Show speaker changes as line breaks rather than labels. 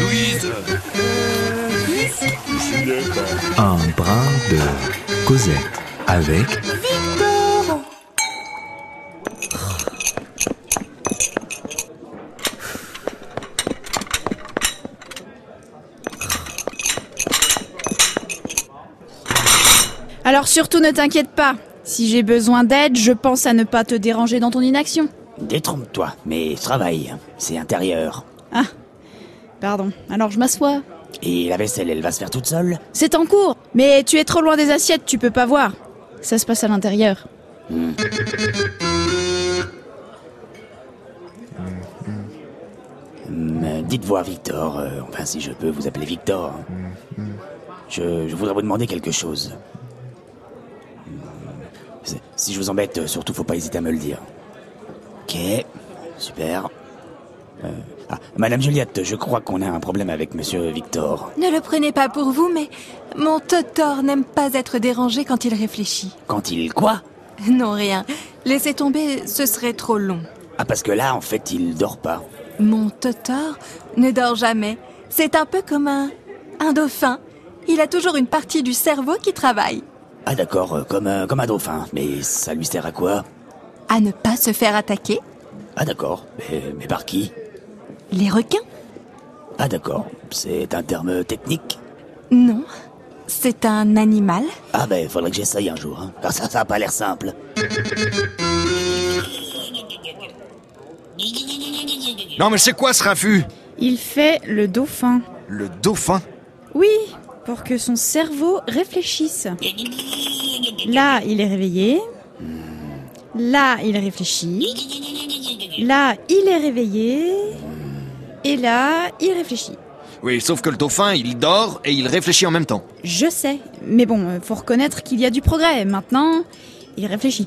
Louise
Un brin de Cosette avec
Alors surtout ne t'inquiète pas. Si j'ai besoin d'aide, je pense à ne pas te déranger dans ton inaction.
Détrompe-toi, mais travaille, c'est intérieur.
Ah, pardon. Alors je m'assois.
Et la vaisselle, elle va se faire toute seule
C'est en cours, mais tu es trop loin des assiettes, tu peux pas voir. Ça se passe à l'intérieur.
Hum, Dites voir Victor, euh, enfin si je peux vous appeler Victor. Je, je voudrais vous demander quelque chose. Hum, c'est- Si je vous embête, euh, surtout faut pas hésiter à me le dire. Ok, super. Euh, ah, Madame Juliette, je crois qu'on a un problème avec Monsieur Victor.
Ne le prenez pas pour vous, mais mon Totor n'aime pas être dérangé quand il réfléchit.
Quand il quoi
Non, rien. Laissez tomber, ce serait trop long.
Ah parce que là, en fait, il dort pas.
Mon Totor ne dort jamais. C'est un peu comme un... un dauphin. Il a toujours une partie du cerveau qui travaille.
Ah d'accord, euh, comme, un- comme un dauphin. Mais ça lui sert à quoi
À ne pas se faire attaquer,
Ah d'accord, mais, mais par qui
les requins
Ah d'accord, c'est un terme technique
Non, c'est un animal.
Ah ben, faudrait que j'essaye un jour. hein. Ah, ça, ça a pas l'air simple.
Non mais c'est quoi ce raffut
Il fait le dauphin.
Le dauphin
Oui, pour que son cerveau réfléchisse. Là, il est réveillé. Là, il réfléchit. Là, il est réveillé. Et là, il réfléchit.
Oui, sauf que le dauphin, il dort et il réfléchit en même temps.
Je sais, mais bon, euh, faut reconnaître qu'il y a du progrès. Maintenant, il réfléchit.